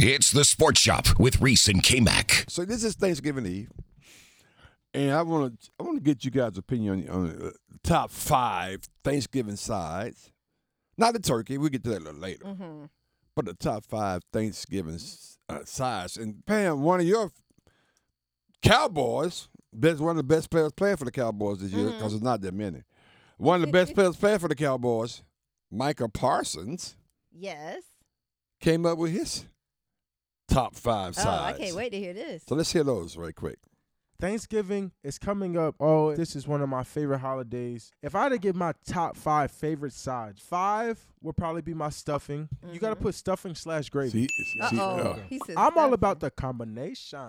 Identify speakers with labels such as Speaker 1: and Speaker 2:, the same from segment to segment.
Speaker 1: is the Sports Shop with Reese and K Mac.
Speaker 2: So this is Thanksgiving Eve, and I want to I want to get you guys' opinion on, on the top five Thanksgiving sides. Not the turkey. We'll get to that a little later. But the top five Thanksgiving s- uh, sides. And Pam, one of your Cowboys, best one of the best players playing for the Cowboys this year
Speaker 3: Mm-hmm.
Speaker 2: because there's not that many. One of the best players playing for the Cowboys, Micah Parsons,
Speaker 3: Yes.
Speaker 2: came up with his top five sides.
Speaker 3: Oh, I can't wait to hear this.
Speaker 2: So let's hear those right quick.
Speaker 4: Thanksgiving is coming up. Oh, this is one of my favorite holidays. If I had to give my top five favorite sides, five would probably be my stuffing. You got to put stuffing slash gravy.
Speaker 2: See,
Speaker 3: Uh
Speaker 2: see,
Speaker 3: oh.
Speaker 2: uh,
Speaker 4: I'm all about the combination.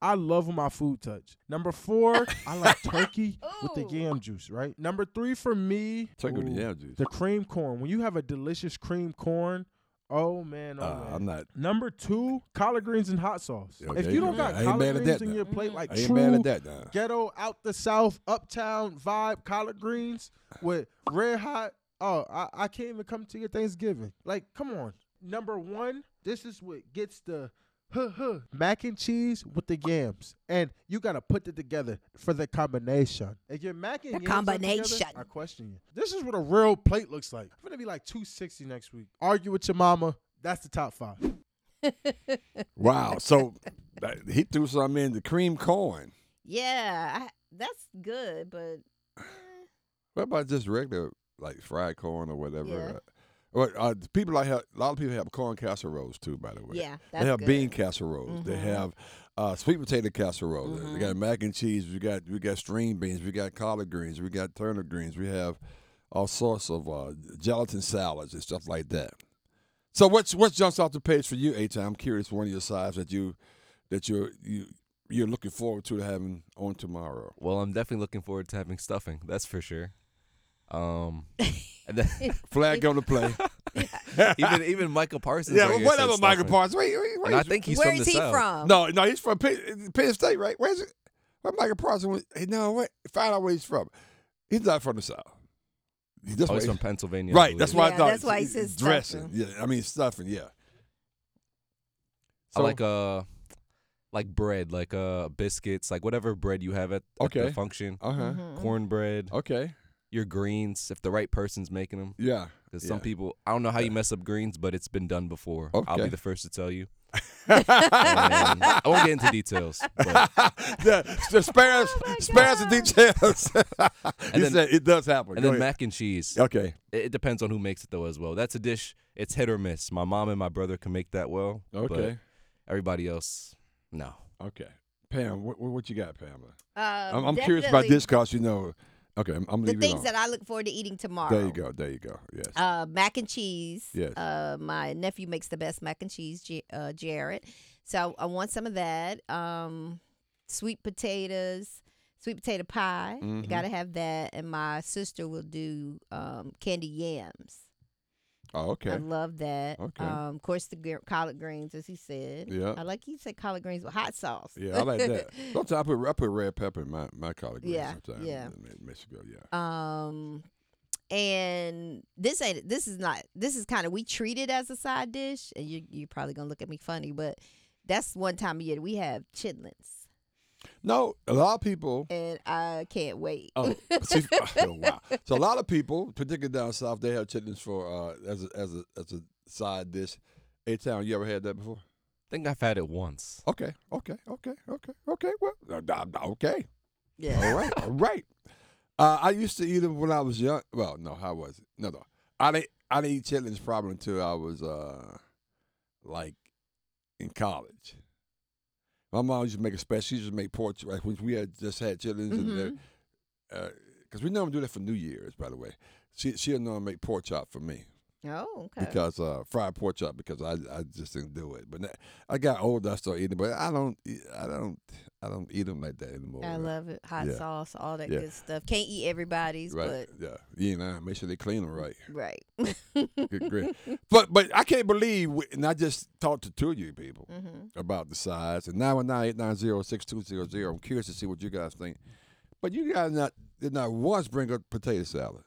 Speaker 4: I love when my food touch. Number four, I like turkey with the
Speaker 3: Ooh.
Speaker 4: yam juice, right? Number three for me,
Speaker 2: Turkey with the
Speaker 4: ooh,
Speaker 2: yam juice.
Speaker 4: The cream corn. When you have a delicious cream corn, oh man, oh
Speaker 2: Uh,
Speaker 4: man.
Speaker 2: I'm not-
Speaker 4: Number two, collard greens and hot sauce.
Speaker 2: Yeah, there
Speaker 4: if you
Speaker 2: you
Speaker 4: don't
Speaker 2: go.
Speaker 4: got
Speaker 2: I ain't mad
Speaker 4: collard
Speaker 2: at
Speaker 4: greens
Speaker 2: that
Speaker 4: in
Speaker 2: now.
Speaker 4: your plate, like
Speaker 2: I ain't
Speaker 4: true
Speaker 2: mad at that now.
Speaker 4: ghetto out the south, uptown vibe, collard greens with red hot. Oh, I, I can't even come to your Thanksgiving. Like, come on. Number one, this is what gets the huh, huh, mac and cheese with the yams. And you gotta put it together for the combination. If your mac and
Speaker 3: The
Speaker 4: yams aren't together,
Speaker 3: combination.
Speaker 4: I question you. This is what a real plate looks like. I'm gonna be like 260 next week. Argue with your mama. That's the top five.
Speaker 2: Wow. So that- he threw something in the cream corn.
Speaker 3: Yeah, I, that's good, but
Speaker 2: What about just regular like fried corn or whatever?
Speaker 3: Yeah.
Speaker 2: Uh, Well, uh, the people like have, a lot of people have corn casseroles too. By the way,
Speaker 3: Yeah,
Speaker 2: they
Speaker 3: that's
Speaker 2: have
Speaker 3: good. Mm-hmm.
Speaker 2: bean casseroles. They have uh, sweet potato casserole. They- They got mac and cheese. We got we got string beans. We got collard greens. We got turnip greens. We have all sorts of uh, gelatin salads and stuff like that. So what's what jumps off the page for you, H? I'm curious. One of your sides that you that you're you you're looking forward to having on tomorrow.
Speaker 5: Well, I'm definitely looking forward to having stuffing. That's for sure. Um, and then
Speaker 2: Flag on the play.
Speaker 5: even even Michael Parsons.
Speaker 2: yeah,
Speaker 5: right
Speaker 2: well,
Speaker 5: here said
Speaker 2: whatever, Michael
Speaker 5: stuffing.
Speaker 2: Parsons. Wait, wait, wait.
Speaker 5: And I think he's
Speaker 3: where
Speaker 5: from
Speaker 3: is
Speaker 5: the
Speaker 3: he
Speaker 5: south. Oh,
Speaker 3: from?
Speaker 2: No, uh-huh, no, he's from Penn, Penn State, right? Where's it? Where Michael Parsons? Was, hey, no, what? Find out where he's from. He's not from the South. He- That's
Speaker 5: Oh, he's
Speaker 2: why-
Speaker 5: from Pennsylvania. I
Speaker 2: right. That's
Speaker 5: believe.
Speaker 2: why I
Speaker 3: Yeah,
Speaker 2: thought.
Speaker 3: that's why he says
Speaker 2: dressing. Yeah, I mean stuffing. Yeah.
Speaker 5: I like uh, like bread, like uh, biscuits, like whatever bread you have at, at
Speaker 2: Okay.
Speaker 5: the function.
Speaker 2: Uh huh.
Speaker 3: Mm-hmm.
Speaker 5: Cornbread,
Speaker 2: Okay.
Speaker 5: your greens, if the right person's making them.
Speaker 2: Yeah.
Speaker 5: Because
Speaker 2: yeah.
Speaker 5: some people, I don't know how you mess up greens, but it's been done before. I'll
Speaker 2: Okay.
Speaker 5: be the first to tell you. And I won't get into details. But,
Speaker 2: the,
Speaker 3: Oh
Speaker 2: the spare us, spare us the details. he
Speaker 5: then-
Speaker 2: said it does happen.
Speaker 5: and
Speaker 2: Go ahead.
Speaker 5: then mac and cheese.
Speaker 2: Okay.
Speaker 5: It, it depends on who makes it though as well. That's a dish. It's hit or miss. My mom and my brother can make that well. but
Speaker 2: Okay.
Speaker 5: everybody else, no.
Speaker 2: Okay. Pam, what, what what you got, Pamela?
Speaker 3: Um,
Speaker 2: I'm, I'm curious about
Speaker 3: definitely
Speaker 2: this because you know. Okay, I'm, I'm
Speaker 3: The
Speaker 2: leaving.
Speaker 3: things that I look forward to eating tomorrow.
Speaker 2: There you go. There you go. Yes.
Speaker 3: Uh, mac and cheese.
Speaker 2: Yes.
Speaker 3: Uh, my nephew makes the best mac and cheese, J- uh, Jared. So I want some of that. Um, sweet potatoes, sweet potato pie. I
Speaker 2: Mhm.
Speaker 3: gotta have that. And my sister will do um, candy yams.
Speaker 2: oh, okay.
Speaker 3: I love that.
Speaker 2: Okay.
Speaker 3: Um, of course, the gr- collard greens, as he said.
Speaker 2: Yeah.
Speaker 3: I like he said collard greens with hot sauce.
Speaker 2: yeah, I like that. Sometimes I put I put red pepper in my my collard greens.
Speaker 3: Yeah,
Speaker 2: Sometimes
Speaker 3: yeah.
Speaker 2: in Me- Mexico. Yeah.
Speaker 3: Um, and this ain't this is not this is kind of we treat it as a side dish, and you you're probably gonna look at me funny, but that's one time a year that we have chitlins,
Speaker 2: No, a lot of people.
Speaker 3: and I can't wait.
Speaker 2: Oh, see, oh, wow! So a lot of people, particularly down south, they have chitlins for uh, as a, as a as a side dish. A town, you ever had that before?
Speaker 5: I think I've had it once.
Speaker 2: Okay, okay, okay, okay, okay. Well, uh, uh, okay.
Speaker 3: yeah.
Speaker 2: All right, all right. Uh, I used to eat them when I was young. Well, no, how was it? No, no. I didn't. I didn't eat chitlins probably until I was uh, like in college. My mom used to make a special. She used to make pork. Like when we had just had chitlins, and because we normally do that for New Year's, by the way. She she'll normally make pork chop for me
Speaker 3: Oh, okay.
Speaker 2: because uh, fried pork chop because I I just didn't do it. But now, I got older, I started eating. But I don't eat- I don't I don't eat them like that anymore.
Speaker 3: I
Speaker 2: man.
Speaker 3: love it. Hot
Speaker 2: Yeah.
Speaker 3: sauce, all that
Speaker 2: Yeah.
Speaker 3: good stuff. Can't eat everybody's,
Speaker 2: Right. yeah. You and I make sure they clean them right.
Speaker 3: but right.
Speaker 2: Good grief. But but I can't believe, we, and I just talked to two of you people
Speaker 3: Mm-hmm.
Speaker 2: about the size. And 919-890-6200. I'm curious to see what you guys think. But you guys not did not once bring up potato salad.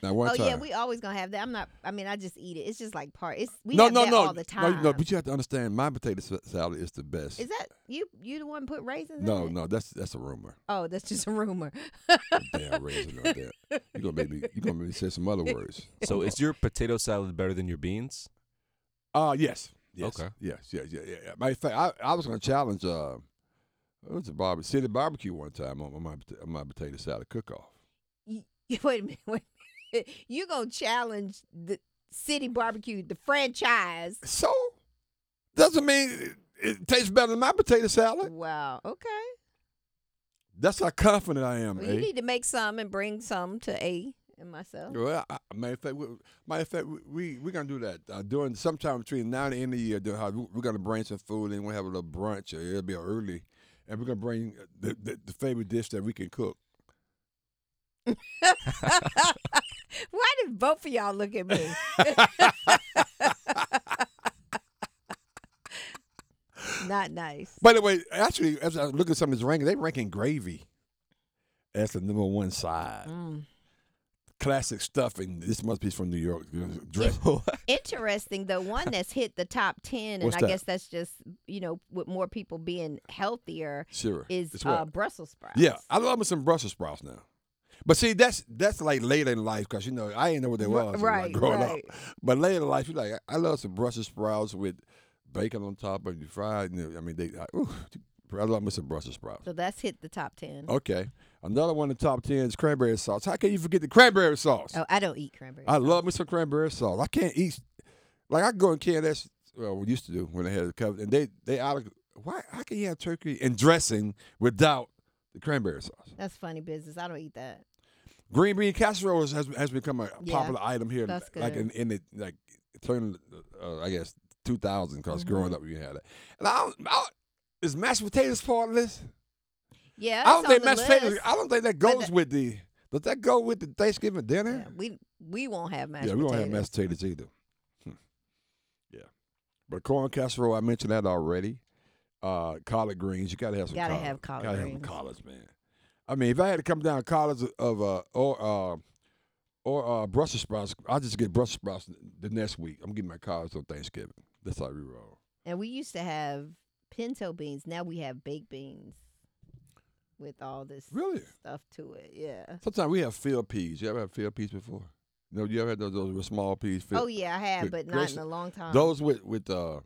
Speaker 2: Now one
Speaker 3: oh
Speaker 2: time.
Speaker 3: yeah, we always gonna have that. I'm not. I mean, I just eat it. It's just like part. It's we
Speaker 2: no,
Speaker 3: have
Speaker 2: no,
Speaker 3: that
Speaker 2: no,
Speaker 3: all the
Speaker 2: no,
Speaker 3: time.
Speaker 2: you- no. But you have to understand, my potato sa- salad is the best.
Speaker 3: Is that you? You the one put raisins?
Speaker 2: no,
Speaker 3: in it?
Speaker 2: no, that's that's a rumor.
Speaker 3: Oh, that's just a rumor.
Speaker 2: Damn raisin out there. You gonna make me? You gonna make me say some other words?
Speaker 5: So is your potato salad better than your beans?
Speaker 2: Uh yes. Yes.
Speaker 5: Okay.
Speaker 2: Yes, yes, yeah, yeah, yeah. Matter of fact, I, I was gonna challenge uh it was a barbe- city barbecue one time on my pota- on my potato salad cook off.
Speaker 3: You- wait a minute. Wait. a minute. You gonna challenge the city barbecue, the franchise?
Speaker 2: So doesn't mean it, it tastes better than my potato salad.
Speaker 3: Wow. Okay.
Speaker 2: That's how confident I am,
Speaker 3: Well,
Speaker 2: eh?
Speaker 3: you need to make some and bring some to A and myself.
Speaker 2: Well, I, I- matter of fact, we, matter of fact, we we we're gonna do that uh, during sometime between now and the end of the year. during how- we- We're gonna bring some food and we'll have a little brunch. Or it'll be early, and we're gonna bring uh, the, the, the favorite dish that we can cook.
Speaker 3: Why did both of y'all look at me? Not nice.
Speaker 2: By the way, actually, as I look at some of these rankings, they ranking gravy as the number one side.
Speaker 3: Mm.
Speaker 2: Classic stuffing. This must be from New York. Dress.
Speaker 3: Interesting, the one that's hit the top ten, and
Speaker 2: What's
Speaker 3: I
Speaker 2: that?
Speaker 3: guess that's just you know with more people being healthier
Speaker 2: sure.
Speaker 3: is
Speaker 2: It's what?
Speaker 3: uh, Brussels sprouts.
Speaker 2: yeah, I love me some Brussels sprouts now. But see, that's that's like later in life because you know I didn't know what they
Speaker 3: Ri-
Speaker 2: was when I
Speaker 3: right,
Speaker 2: growing
Speaker 3: right.
Speaker 2: up. But later in life, you like I love some Brussels sprouts with bacon on top and you fried. And, I mean, they. I, ooh, I love me some Brussels sprouts.
Speaker 3: So that's hit the top ten. Oh,
Speaker 2: Okay, another one in the top ten is cranberry sauce. How can you forget the cranberry sauce?
Speaker 3: Oh, I don't eat cranberry.
Speaker 2: I love me some cranberry sauce. I can't eat like I go in KNS. Well, we used to do when they had it covered, and they they out of why? How can you have turkey and dressing without the cranberry sauce?
Speaker 3: that's funny business. I don't eat that.
Speaker 2: Green bean casserole has has become a
Speaker 3: Yeah,
Speaker 2: popular item here,
Speaker 3: that's
Speaker 2: like in
Speaker 3: good.
Speaker 2: in the like turn uh, I guess two thousand because
Speaker 3: Mm-hmm.
Speaker 2: growing up you had it. And I don't, I don't- is mashed potatoes part of this?
Speaker 3: Yeah,
Speaker 2: I don't
Speaker 3: it's
Speaker 2: think
Speaker 3: on the
Speaker 2: mashed potatoes.
Speaker 3: list.
Speaker 2: I don't think that
Speaker 3: But
Speaker 2: goes with the. Does that go with the Thanksgiving dinner?
Speaker 3: Yeah, we we won't have mashed
Speaker 2: yeah, we don't
Speaker 3: potatoes.
Speaker 2: have mashed potatoes either. Hmm. Yeah, but corn casserole, I mentioned that already. Uh, collard greens, you gotta have some.
Speaker 3: Gotta
Speaker 2: collard.
Speaker 3: have collard
Speaker 2: gotta have
Speaker 3: greens.
Speaker 2: some collards, man. I mean, if I had to come down collards of uh or uh or uh Brussels sprouts, I'll just get Brussels sprouts the next week. I'm getting my collards on Thanksgiving. That's how we roll.
Speaker 3: And we used to have pinto beans. Now we have baked beans with all this
Speaker 2: Really?
Speaker 3: stuff to it. Yeah.
Speaker 2: Sometimes we have field peas. You ever had field peas before? No, you ever had those, those with small peas? Field,
Speaker 3: Oh yeah, I have,
Speaker 2: good
Speaker 3: but not
Speaker 2: gracious.
Speaker 3: in a long time.
Speaker 2: Those with with uh,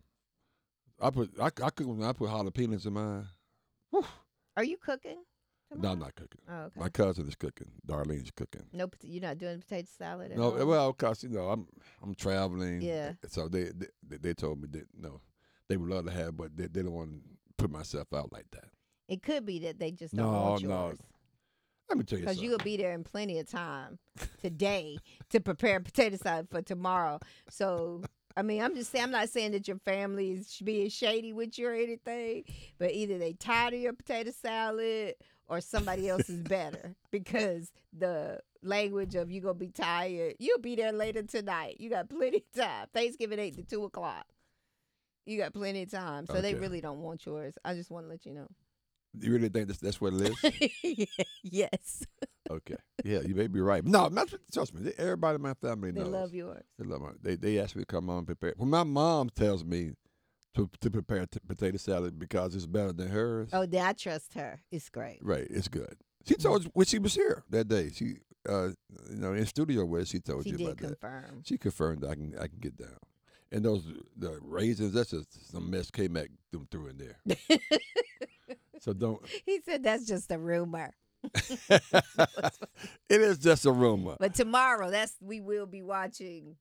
Speaker 2: I put I, I cook 'em- I put jalapenos in mine.
Speaker 3: Are you cooking?
Speaker 2: No, I'm
Speaker 3: tomorrow?
Speaker 2: not cooking.
Speaker 3: Oh, okay.
Speaker 2: My cousin is cooking. Darlene's cooking.
Speaker 3: no, pot- you're not doing potato salad. At
Speaker 2: No,
Speaker 3: home?
Speaker 2: well, cause you know I'm I'm traveling.
Speaker 3: Yeah.
Speaker 2: So they they, they told me that no, they would love to have, but they, they don't want to put myself out like that.
Speaker 3: it could be that they just don't
Speaker 2: No,
Speaker 3: want
Speaker 2: no,
Speaker 3: yours
Speaker 2: Let me tell you
Speaker 3: because
Speaker 2: something.
Speaker 3: you will be there in plenty of time today to prepare potato salad for tomorrow. So. I mean, I'm just saying. I'm not saying that your family is sh- being shady with you or anything, but either they tired of your potato salad or somebody else is better because the language of you gonna be tired. You'll be there later tonight. You got plenty of time. Thanksgiving eight to two o'clock. You got plenty of time, so they
Speaker 2: Okay.
Speaker 3: really don't want yours. I just want to let you know.
Speaker 2: You really think that's that's what it is?
Speaker 3: yes,
Speaker 2: okay. Yeah, you may be right. No, not, trust me. Everybody in my family
Speaker 3: they
Speaker 2: knows.
Speaker 3: love yours.
Speaker 2: They love my, They they asked me to come on and prepare. When my mom tells me to to prepare t- potato salad because it's better than hers.
Speaker 3: Oh, then I trust her. It's great.
Speaker 2: Right, it's good. She
Speaker 3: Mm-hmm.
Speaker 2: told us when she was here that day. She, uh, you know, in studio with us, she told
Speaker 3: She
Speaker 2: you
Speaker 3: did
Speaker 2: about that.
Speaker 3: confirm.
Speaker 2: She confirmed I can I can get down. And those the raisins, that's just some mess K Mac them threw in there. so don't.
Speaker 3: He said that's just a rumor,
Speaker 2: it is just a rumor.
Speaker 3: but tomorrow that's we will be watching.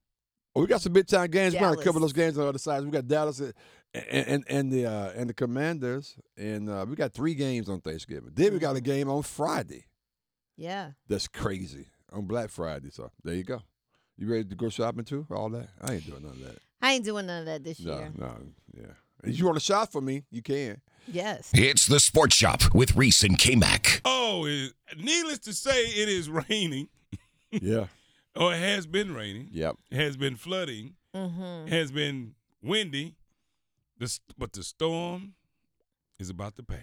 Speaker 2: we got some big time games. We're gonna cover
Speaker 3: Dallas.
Speaker 2: those games on the other sides. We got Dallas and and, and the uh, and the Commanders, and uh, we got three games on Thanksgiving. Then we got
Speaker 3: Mm-hmm.
Speaker 2: a game on Friday.
Speaker 3: Yeah,
Speaker 2: That's crazy on Black Friday. So there you go. You ready to go shopping too? All that? I ain't doing none of that.
Speaker 3: I ain't doing none of that this
Speaker 2: No,
Speaker 3: year.
Speaker 2: no, yeah. If you want to shop for me, you can.
Speaker 3: Yes.
Speaker 1: It's the Sports Shop with Reese and K-Mac.
Speaker 6: Oh, it, needless to say, it is raining,
Speaker 2: yeah,
Speaker 6: or it has been raining.
Speaker 2: yep.
Speaker 6: It has been flooding.
Speaker 3: Mm-hmm.
Speaker 6: It has been windy. The, st- but the storm is about to pass.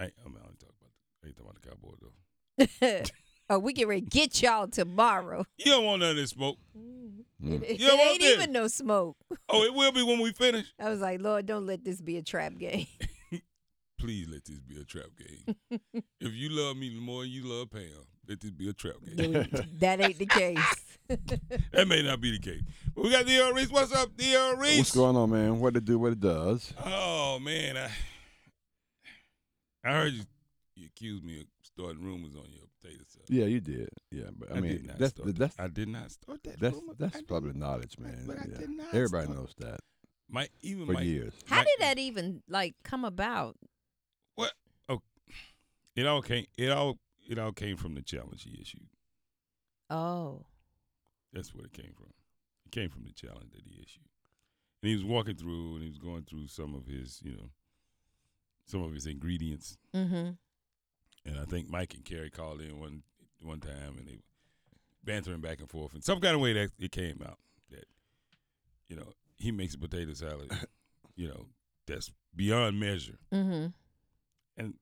Speaker 6: I, I, mean, I don't talk about. The, I ain't talking about the Cowboys though.
Speaker 3: Oh, we get ready to get y'all tomorrow.
Speaker 6: You don't want none of this smoke.
Speaker 3: It,
Speaker 6: don't want
Speaker 3: ain't
Speaker 6: this.
Speaker 3: even no smoke.
Speaker 6: Oh, it will be when we finish.
Speaker 3: I was like, Lord, don't let this be a trap game.
Speaker 6: Please let this be a trap game. if you love me more than you love Pam, let this be a trap game.
Speaker 3: that ain't the case.
Speaker 6: That may not be the case. But we got D.R. Reese. What's up, D.R. Reese?
Speaker 2: What's going on, man? What it do? What it does?
Speaker 6: Oh man, I I heard you, you accused me of starting rumors on your potato salad.
Speaker 2: Yeah, you did. Yeah, but I,
Speaker 6: did
Speaker 2: mean,
Speaker 6: not
Speaker 2: that's
Speaker 6: start that.
Speaker 2: that's
Speaker 6: I did not start that.
Speaker 2: that's
Speaker 6: rumor. I
Speaker 2: that's
Speaker 6: did-
Speaker 2: public knowledge, man.
Speaker 6: but I
Speaker 2: Yeah.
Speaker 6: did not
Speaker 2: Everybody
Speaker 6: start-
Speaker 2: knows that
Speaker 6: my even
Speaker 2: for
Speaker 6: my
Speaker 2: years.
Speaker 3: How
Speaker 6: my-
Speaker 3: did that even like come about?
Speaker 6: What? Oh, it all came. It all it all came from the challenge he issued.
Speaker 3: Oh,
Speaker 6: That's where it came from. It came from the challenge that he issued. And he was walking through and he was going through some of his, you know, some of his ingredients
Speaker 3: mm-hmm.
Speaker 6: and I think Mike and Kerry called in one one time, and they bantering back and forth. And some kind of way that it came out that you know he makes a potato salad, you know, that's beyond measure.
Speaker 3: Mm-hmm.
Speaker 6: And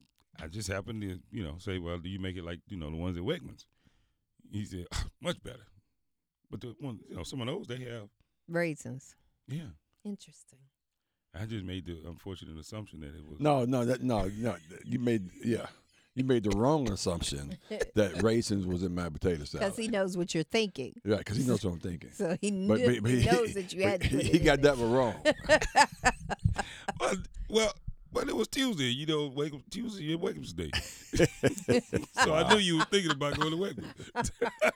Speaker 6: I just happened to you know say, well, do you make it like you know the ones at Wegmans? He said, "Ah, much better. But the one, you know, some of those they have,
Speaker 3: Raisins.
Speaker 6: yeah.
Speaker 3: Interesting.
Speaker 6: I just made the unfortunate assumption that it was
Speaker 2: No, no, that no, no. You made yeah, you made the wrong assumption that raisins was in my potato salad.
Speaker 3: Because he knows what you're thinking.
Speaker 2: yeah, because he knows what I'm thinking.
Speaker 3: So he, knew,
Speaker 2: But, but, but
Speaker 3: he knows
Speaker 2: he,
Speaker 3: that you had to
Speaker 2: he-
Speaker 3: put it
Speaker 2: he
Speaker 3: in
Speaker 2: got
Speaker 3: there.
Speaker 2: that one wrong.
Speaker 6: Well, well, but it was Tuesday. You know, wake up Tuesday is Wakeham's day. so I knew you were thinking about going to Wakeham.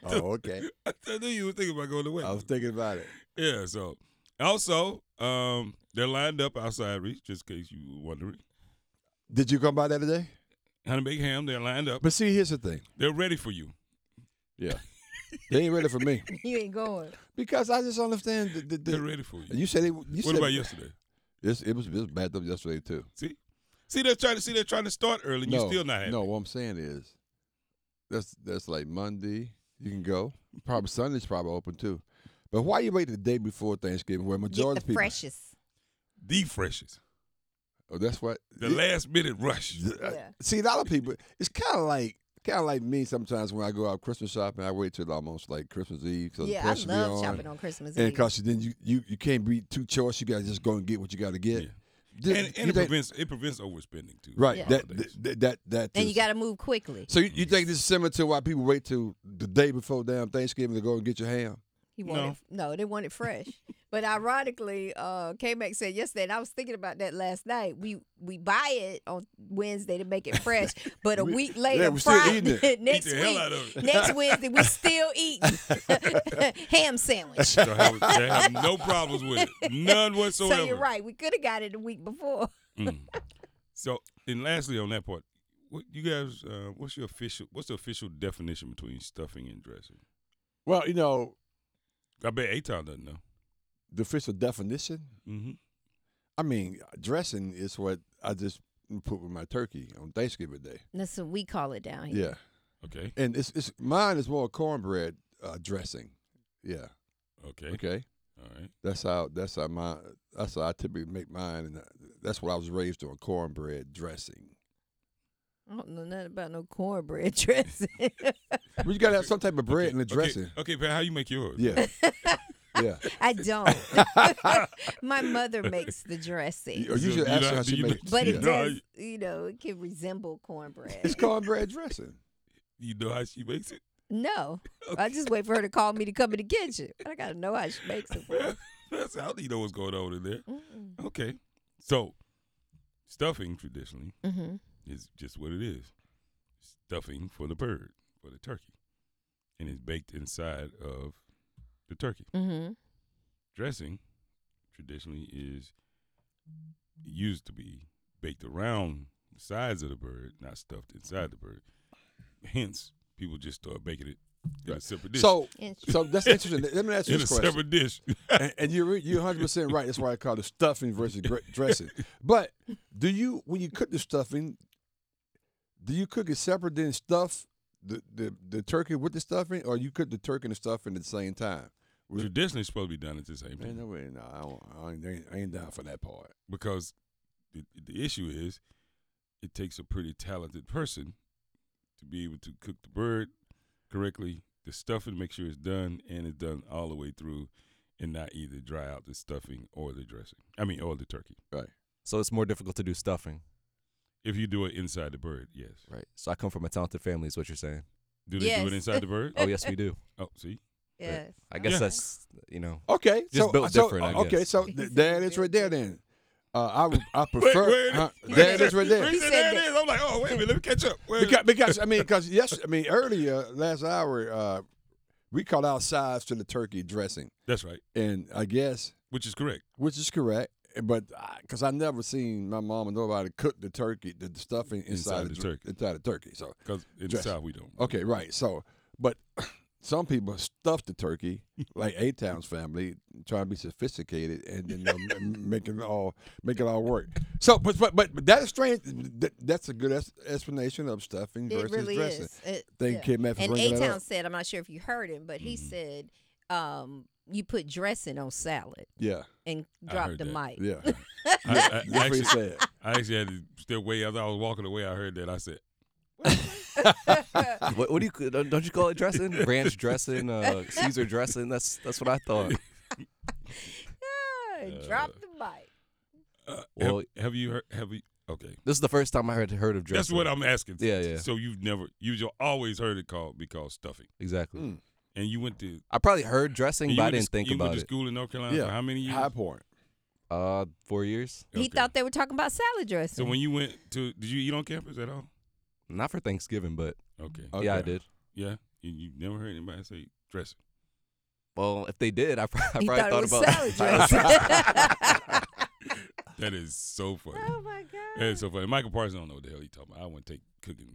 Speaker 2: oh, okay.
Speaker 6: I knew you were thinking about going to
Speaker 2: I was
Speaker 6: Wakeham.
Speaker 2: thinking about it.
Speaker 6: Yeah. So also, um, they're lined up outside reach, just in case you were wondering.
Speaker 2: Did you come by that today?
Speaker 6: Honey baked ham, they're lined up.
Speaker 2: But see, here's the thing.
Speaker 6: They're ready for you.
Speaker 2: Yeah, they ain't ready for me
Speaker 3: You ain't going.
Speaker 2: because I just understand. The, the,
Speaker 6: They're
Speaker 2: the,
Speaker 6: ready for you.
Speaker 2: you said they. You
Speaker 6: what
Speaker 2: said,
Speaker 6: about yesterday?
Speaker 2: It's, it was it was bad up yesterday too.
Speaker 6: See, see, they're trying to see they're trying to start early. and
Speaker 2: no,
Speaker 6: You're still not happy.
Speaker 2: No, what I'm saying is, that's that's like Monday. You can go. Probably Sunday's probably open too. But why you wait the day before Thanksgiving? Where majority of
Speaker 3: Get the
Speaker 2: people.
Speaker 3: freshest.
Speaker 6: The freshest,
Speaker 2: Oh, that's what.
Speaker 6: the
Speaker 2: Yeah.
Speaker 6: last minute rush.
Speaker 3: Yeah.
Speaker 2: Uh, See, a lot of people. It's kind of like kind of like me sometimes when I go out Christmas shopping. I wait till almost like Christmas Eve. So the
Speaker 3: Yeah, I
Speaker 2: pressure be
Speaker 3: love
Speaker 2: on.
Speaker 3: shopping on Christmas
Speaker 2: And
Speaker 3: Eve.
Speaker 2: because then you, you you can't be too choice. You gotta just go and get what you gotta get.
Speaker 6: Yeah.
Speaker 2: Th-
Speaker 6: And,
Speaker 2: you
Speaker 6: and it
Speaker 2: think-
Speaker 6: prevents it prevents overspending too.
Speaker 2: right.
Speaker 3: Yeah.
Speaker 2: That,
Speaker 6: Holidays.
Speaker 2: that that that.
Speaker 3: and you
Speaker 2: is-
Speaker 3: got to move quickly.
Speaker 2: So you, you think this is similar to why people wait till the day before damn Thanksgiving to go and get your ham?
Speaker 3: He wanted,
Speaker 6: No.
Speaker 3: no. they want it fresh. but ironically, uh, K Mac said yesterday, and I was thinking about that last night. We we buy it on Wednesday to make it fresh, but a
Speaker 2: We-
Speaker 3: week later,
Speaker 2: yeah, we're still
Speaker 3: Friday,
Speaker 2: eating
Speaker 3: next
Speaker 6: Eat the
Speaker 3: week,
Speaker 6: hell out of it.
Speaker 3: next Wednesday, we still eating ham sandwich.
Speaker 6: They have, they have no problems with it, none whatsoever.
Speaker 3: So you're right. We could have got it the week before.
Speaker 6: Mm. So, and lastly, on that part, what you guys, uh, what's your official, what's the official definition between stuffing and dressing?
Speaker 2: Well, you know
Speaker 6: I bet Aton doesn't know.
Speaker 2: the official definition.
Speaker 6: Mm-hmm.
Speaker 2: I mean, dressing is what I just put with my turkey on Thanksgiving Day.
Speaker 3: That's what we call it down here.
Speaker 2: Yeah,
Speaker 6: Okay,
Speaker 2: and it's it's mine is more cornbread uh, dressing. Yeah.
Speaker 6: okay,
Speaker 2: Okay.
Speaker 6: all right.
Speaker 2: That's how that's how my that's how I typically make mine, and uh, that's what I was raised on cornbread dressing.
Speaker 3: I don't know nothing about no cornbread dressing.
Speaker 2: But you gotta have some type of bread in the
Speaker 6: Okay, Oh,
Speaker 2: dressing.
Speaker 6: Okay, Pat, how you make yours?
Speaker 2: Yeah. yeah.
Speaker 3: I don't. My mother makes the dressing.
Speaker 2: You, you should
Speaker 6: You
Speaker 2: ask
Speaker 6: know-
Speaker 2: her how she
Speaker 6: you
Speaker 2: makes.
Speaker 6: know-
Speaker 3: But
Speaker 6: Yeah.
Speaker 3: it
Speaker 6: No,
Speaker 3: does, you know, it can resemble cornbread.
Speaker 2: It's cornbread dressing.
Speaker 6: You know how she makes it?
Speaker 3: No, I just wait for her to call me to come in the kitchen. I gotta know how she makes it.
Speaker 6: Well, that's how you know what's going on in there.
Speaker 3: Mm-hmm.
Speaker 6: Okay, so stuffing traditionally
Speaker 3: Mm-hmm.
Speaker 6: is just what it is: stuffing for the bird, for the turkey, and it's baked inside of the turkey.
Speaker 3: Mm-hmm.
Speaker 6: dressing traditionally is used to be baked around the sides of the bird, not stuffed inside the bird. Hence, people just start baking it in a separate dish.
Speaker 2: So, so that's interesting. Let me ask you
Speaker 6: in a
Speaker 2: this question.
Speaker 6: separate dish.
Speaker 2: and, and you're you're 100 percent right. That's why I call it stuffing versus gr- dressing. But do you when you cook the stuffing, do you cook it separate than stuff the, the the turkey with the stuffing, or you cook the turkey and the stuffing at the same time? Was-
Speaker 6: traditionally, it's supposed to be done at the same
Speaker 2: Man,
Speaker 6: time
Speaker 2: no way, no, I, don't, I, ain't, I ain't- I ain't down for that part.
Speaker 6: because the, the issue is it takes a pretty talented person to be able to cook the bird, correctly, the stuffing, make sure it's done and it's done all the way through, and not either dry out the stuffing or the dressing. I mean, or the turkey.
Speaker 5: So it's more difficult to do stuffing.
Speaker 6: If you do it inside the bird, yes.
Speaker 5: Right. So I come from a talented family, is what you're saying.
Speaker 6: Do they
Speaker 3: Yes.
Speaker 6: do it inside the bird?
Speaker 5: Oh, yes, we do.
Speaker 6: Oh, see,
Speaker 3: Yes.
Speaker 5: I guess
Speaker 6: Yeah.
Speaker 5: that's, you know,
Speaker 2: Okay,
Speaker 5: Just
Speaker 2: so,
Speaker 5: built
Speaker 2: so-
Speaker 5: different, I
Speaker 2: okay,
Speaker 5: guess.
Speaker 2: so th- there it is right there. Then uh, I would- I prefer
Speaker 6: wait,
Speaker 2: huh,
Speaker 6: wait,
Speaker 2: there it
Speaker 6: wait,
Speaker 2: is right there.
Speaker 3: He
Speaker 6: There
Speaker 3: said
Speaker 6: it
Speaker 3: that-
Speaker 6: is. I'm like, oh wait a minute, let me catch up. Wait,
Speaker 2: Because, because I mean, because yes, I mean earlier last hour uh, we called our sides to the turkey dressing,
Speaker 6: that's right,
Speaker 2: and I guess
Speaker 6: which is correct.
Speaker 2: which is correct, eh, but because I, never seen my mom or nobody cook the turkey, the stuffing inside,
Speaker 6: Inside the
Speaker 2: dr-
Speaker 6: turkey.
Speaker 2: inside the turkey. So
Speaker 6: Because in
Speaker 2: Dress.
Speaker 6: the South we don't.
Speaker 2: okay, right. So, but some people stuff the turkey, like A Town's family, trying to be sophisticated and then they'll m- make it all make it all work. So, but but but, but that is strange. That, that's a good es- explanation of stuffing
Speaker 3: It
Speaker 2: versus
Speaker 3: really
Speaker 2: dressing.
Speaker 3: is. It-
Speaker 2: Thank
Speaker 3: yeah.
Speaker 2: Kid Matt for
Speaker 3: And
Speaker 2: bringing
Speaker 3: A
Speaker 2: that
Speaker 3: Town
Speaker 2: up.
Speaker 3: said, I'm not sure if you heard him, but he
Speaker 6: Mhm.
Speaker 3: said, um, you put dressing on salad
Speaker 2: Yeah,
Speaker 3: and
Speaker 6: I
Speaker 3: dropped
Speaker 6: heard
Speaker 3: the
Speaker 6: that.
Speaker 3: mic.
Speaker 2: yeah.
Speaker 6: I, I- I
Speaker 2: That's what he
Speaker 6: actually,
Speaker 2: said.
Speaker 6: I actually had to step way as I was walking away. I heard that. I said,
Speaker 5: what, what do you, don't don't you call it dressing? Ranch dressing, uh, Caesar dressing. That's that's what I thought.
Speaker 3: Yeah,
Speaker 6: Uh,
Speaker 3: dropped the mic.
Speaker 6: uh,
Speaker 5: Well-
Speaker 6: have, have you heard? Have you? Okay,
Speaker 5: This is the first time I heard heard of dressing.
Speaker 6: that's what I'm asking.
Speaker 5: Yeah, yeah.
Speaker 6: So you've never, you've jo- always heard it called because stuffing,
Speaker 5: Exactly.
Speaker 2: Mm.
Speaker 6: and you went to,
Speaker 5: I probably heard dressing,
Speaker 6: and you
Speaker 5: but I
Speaker 6: went to
Speaker 5: didn't
Speaker 6: sc-
Speaker 5: think
Speaker 6: you
Speaker 5: about
Speaker 6: went to
Speaker 5: it.
Speaker 6: school in North Carolina
Speaker 2: Yeah.
Speaker 6: for how many years?
Speaker 2: High point.
Speaker 5: Uh, four years.
Speaker 3: He
Speaker 6: Okay.
Speaker 3: thought they were talking about salad dressing.
Speaker 6: So when you went to, did you eat on campus at all?
Speaker 5: Not for Thanksgiving, but
Speaker 6: Okay.
Speaker 2: Okay.
Speaker 5: yeah, I did.
Speaker 6: Yeah. You, you never heard anybody say dressing.
Speaker 5: Well, if they did, I, prob- I
Speaker 3: he
Speaker 5: probably
Speaker 3: thought, it
Speaker 5: thought,
Speaker 3: was
Speaker 5: about.
Speaker 3: salad dressing.
Speaker 6: That is so funny.
Speaker 3: oh my
Speaker 6: That
Speaker 3: God.
Speaker 6: is so funny. Michael Parsons don't know what the hell he talking about. I wouldn't take cooking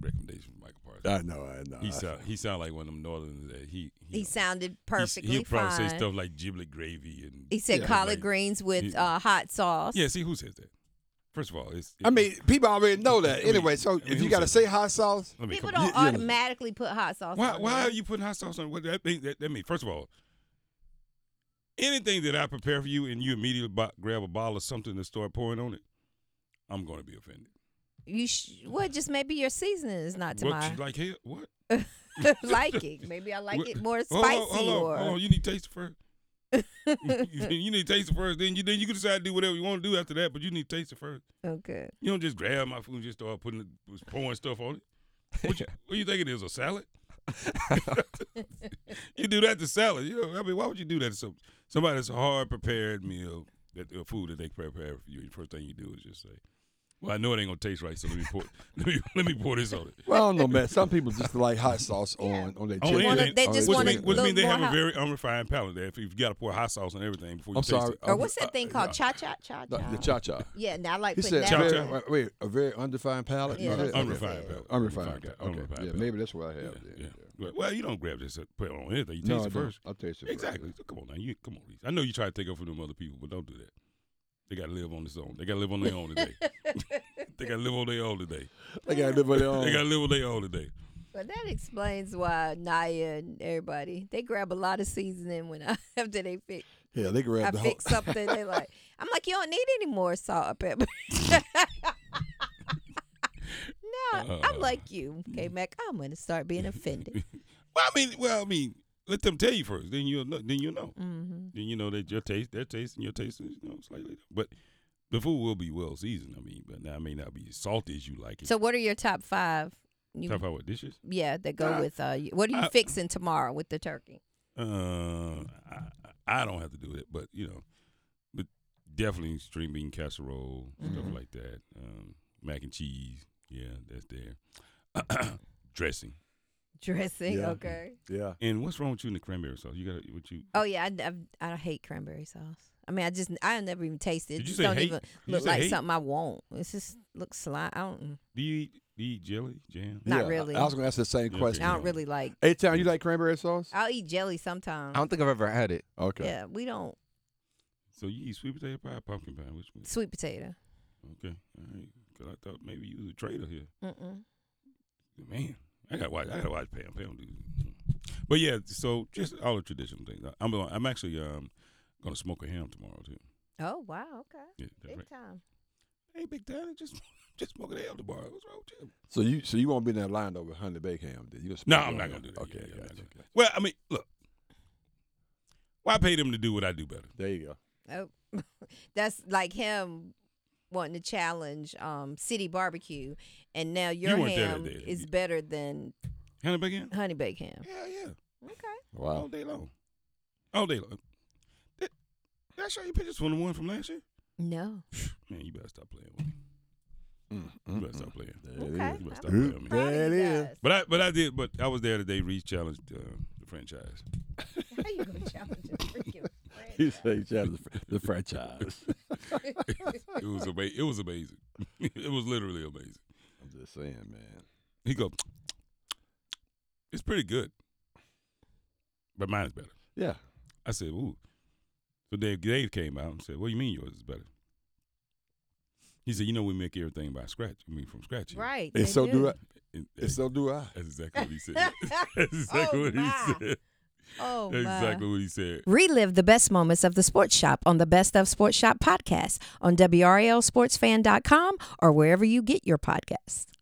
Speaker 6: recommendations from Michael Parsons.
Speaker 2: I know. I know.
Speaker 6: he
Speaker 5: Uh,
Speaker 6: sound he sound like one of them northerners that he you
Speaker 3: He
Speaker 6: know,
Speaker 3: sounded
Speaker 6: he's-
Speaker 3: perfectly
Speaker 6: He'll probably
Speaker 3: fine.
Speaker 6: say stuff like giblet gravy and
Speaker 3: He said
Speaker 2: Yeah,
Speaker 3: collard
Speaker 6: like-
Speaker 3: greens with
Speaker 6: Yeah.
Speaker 3: uh, hot sauce.
Speaker 6: yeah. See who says that? First of all, it's
Speaker 2: I mean, people already know
Speaker 6: I
Speaker 2: that
Speaker 6: mean-
Speaker 2: anyway. So
Speaker 6: I mean,
Speaker 2: if
Speaker 6: who
Speaker 2: you got to
Speaker 6: says
Speaker 2: say
Speaker 6: that?
Speaker 2: hot sauce,
Speaker 6: I mean,
Speaker 3: People
Speaker 6: come on.
Speaker 3: don't
Speaker 2: You- you-
Speaker 3: automatically put hot sauce
Speaker 6: why
Speaker 3: on
Speaker 6: why
Speaker 3: there.
Speaker 6: are you putting hot sauce on? What that mean? That, that mean first of all, anything that I prepare for you and you immediately bo- grab a bottle of something and start pouring on it, I'm going to be offended.
Speaker 3: You sh- well, just maybe your seasoning is not to
Speaker 6: what
Speaker 3: my
Speaker 6: you like here? What?
Speaker 3: liking. Maybe I like
Speaker 6: What-
Speaker 3: it more
Speaker 6: Hold on,
Speaker 3: spicy
Speaker 6: hold on,
Speaker 3: or
Speaker 6: hold on, Oh, you need to taste it first. you need to taste it first. Then you then you can decide to do whatever you want to do after that. But you need to taste it first.
Speaker 3: okay.
Speaker 6: You don't just grab my food and just start putting it, pouring stuff on it. What you, what you think it is? A salad? you do that to salad. You know, I mean, why would you do that to some, somebody that's a hard prepared meal, that uh, food that they prepare for you? The first thing you do is just say, "Well, I know it ain't gonna taste right, so let me pour let me let me pour this on it."
Speaker 2: well, I don't know, man. Some people just like hot sauce on on their
Speaker 6: On
Speaker 2: chicken.
Speaker 6: anything.
Speaker 3: They
Speaker 2: on
Speaker 3: just
Speaker 2: their
Speaker 6: Which,
Speaker 3: wanna
Speaker 2: chicken.
Speaker 6: mean, which
Speaker 3: look
Speaker 6: mean they
Speaker 3: more
Speaker 6: have
Speaker 3: hot.
Speaker 6: a very unrefined palate. There, if you've got to pour hot sauce on everything before you
Speaker 2: I'm
Speaker 6: taste
Speaker 2: sorry.
Speaker 6: it,
Speaker 3: Or
Speaker 2: I'm-
Speaker 3: what's
Speaker 6: uh,
Speaker 3: that thing called? Cha cha cha
Speaker 2: The, the
Speaker 3: cha.
Speaker 2: cha cha.
Speaker 3: Yeah, now I like
Speaker 2: He said,
Speaker 3: putting that.
Speaker 6: Cha-cha.
Speaker 2: very,
Speaker 3: on.
Speaker 2: wait, wait, a very undefined palate?
Speaker 3: Yeah,
Speaker 2: No,
Speaker 3: that's
Speaker 2: that-
Speaker 3: what it
Speaker 2: okay.
Speaker 6: unrefined
Speaker 3: said.
Speaker 6: palate.
Speaker 2: Unrefined. Okay.
Speaker 6: palate. Unrefined
Speaker 2: Yeah,
Speaker 6: palate.
Speaker 2: maybe that's what I have.
Speaker 6: Yeah,
Speaker 2: then.
Speaker 6: yeah. Well- Well, you don't grab this uh, put it on anything. You taste
Speaker 2: No, I
Speaker 6: it
Speaker 2: don't.
Speaker 6: first.
Speaker 2: I'll taste it first.
Speaker 6: Exactly. So come on now. You come on, Reese. I know you try to take up for them other people, but don't do that. They gotta live on this own. They gotta live on their own today. they gotta live on their own today.
Speaker 2: They got to live on their
Speaker 6: They gotta
Speaker 2: own.
Speaker 6: live on their own today.
Speaker 3: Well, that explains why Naya and everybody they grab a lot of seasoning when I after they fix
Speaker 2: Yeah, they
Speaker 3: I
Speaker 2: grab the whole.
Speaker 3: fix something. They like I'm like you don't need any more salt or pepper. no,
Speaker 6: Uh. Mm.
Speaker 3: I'm like you, okay, Mac. I'm gonna start being offended.
Speaker 6: Well, I mean, well, I mean, let them tell you first. Then you'll know. Then you know.
Speaker 3: hmm
Speaker 6: Then you know that your taste, their taste, and your taste is you know slightly. But the food will be well seasoned. I mean, but now I may not be as salty as you like it.
Speaker 3: So, what are your top five? You,
Speaker 6: Talk about what dishes.
Speaker 3: yeah, that go
Speaker 6: Uh,
Speaker 3: with. Uh, you- what are you
Speaker 6: I-
Speaker 3: fixing tomorrow with the turkey?
Speaker 6: Uh, I, I don't have to do it, but you know, but definitely string bean casserole, stuff
Speaker 3: Mhm.
Speaker 6: like that. Um, mac and cheese, yeah, that's there. Dressing.
Speaker 3: Dressing,
Speaker 2: Yeah.
Speaker 3: okay.
Speaker 2: Yeah.
Speaker 6: And what's wrong with you in the cranberry sauce? You got what you?
Speaker 3: Oh yeah, I, I, I hate cranberry sauce. I mean, I just I never even tasted. It
Speaker 6: Did you
Speaker 3: just
Speaker 6: say
Speaker 3: don't
Speaker 6: hate?
Speaker 3: even
Speaker 6: Did you
Speaker 3: look
Speaker 6: say
Speaker 3: like
Speaker 6: hate?
Speaker 3: something I want. It just looks slime. I don't.
Speaker 6: Do you eat? Do you eat jelly jam?
Speaker 3: Not
Speaker 2: Yeah,
Speaker 3: really.
Speaker 2: I was going to ask the same
Speaker 6: Yeah,
Speaker 3: I
Speaker 2: question.
Speaker 6: okay.
Speaker 3: don't really like.
Speaker 2: Hey, town, you like cranberry sauce?
Speaker 3: I'll eat jelly sometimes.
Speaker 5: I don't think I've ever had it.
Speaker 2: Okay.
Speaker 3: Yeah, we don't
Speaker 6: So you eat sweet potato pie, or pumpkin pie? Which one?
Speaker 3: sweet potato.
Speaker 6: Okay, all right. Cause I thought maybe you was a trader here.
Speaker 3: Mm-mm.
Speaker 6: Man, I gotta watch. I gotta watch Pam. Pam do. But yeah, so just all the traditional things. I'm gonna- I'm actually um gonna smoke a ham tomorrow too.
Speaker 3: Oh wow, okay,
Speaker 6: Yeah, that's
Speaker 3: big
Speaker 6: right.
Speaker 3: time.
Speaker 6: Hey, Big Daddy, just just smoking the elderbar. What's wrong with you?
Speaker 2: So you so you won't be in that line though with Hunter Bakeham. Did you? gonna
Speaker 6: No,
Speaker 2: smoke
Speaker 6: I'm
Speaker 2: on
Speaker 6: not
Speaker 2: him?
Speaker 6: gonna do that.
Speaker 2: Okay,
Speaker 6: Yeah, yeah, I'm
Speaker 2: got
Speaker 6: not
Speaker 2: you.
Speaker 6: gonna do that. Well, I mean, look. Why pay them to do what I do better?
Speaker 2: There you go.
Speaker 3: Oh, that's like him wanting to challenge um, City Barbecue, and now your
Speaker 6: weren't there that
Speaker 3: ham
Speaker 6: day.
Speaker 3: is
Speaker 6: You-
Speaker 3: better than
Speaker 6: Hannah Bacon?
Speaker 3: honey baked ham.
Speaker 6: Hell yeah.
Speaker 3: Okay.
Speaker 6: All
Speaker 2: Wow.
Speaker 6: day long. All day long. Did, did I show you pictures from the one from last year?
Speaker 3: No.
Speaker 6: Man, you better stop playing with me.
Speaker 2: Mm,
Speaker 6: You
Speaker 2: mm,
Speaker 6: better
Speaker 2: mm.
Speaker 6: stop playing.
Speaker 2: There it
Speaker 3: Okay.
Speaker 2: is.
Speaker 6: You better
Speaker 3: I'm
Speaker 6: stop playing with me.
Speaker 3: proud of
Speaker 2: There
Speaker 3: you
Speaker 2: it is.
Speaker 3: guys.
Speaker 6: But I, but I did, but I was there today. Reese challenged uh, the franchise.
Speaker 3: How you gonna challenge a freaking
Speaker 2: He said
Speaker 3: friend?
Speaker 2: he had the fr- the franchise.
Speaker 6: It was ama- It was amazing. it was literally amazing.
Speaker 2: I'm just saying, man.
Speaker 6: He go, it's pretty good, but mine's better.
Speaker 2: Yeah.
Speaker 6: I said, ooh. So Dave, Dave came out and said, what do you mean yours is better? He said, you know, we make everything by scratch. I mean, from scratch. here."
Speaker 3: Right.
Speaker 2: And
Speaker 3: they
Speaker 2: so do I.
Speaker 6: And-
Speaker 2: And so do I.
Speaker 6: That's exactly what he said. That's exactly
Speaker 3: Oh,
Speaker 6: what
Speaker 3: my.
Speaker 6: he said.
Speaker 3: Oh
Speaker 6: That's
Speaker 3: my.
Speaker 6: exactly what he said.
Speaker 3: Relive the best moments of the Sports Shop on the Best of Sports Shop podcast on WRLSportsFan.com or wherever you get your podcasts.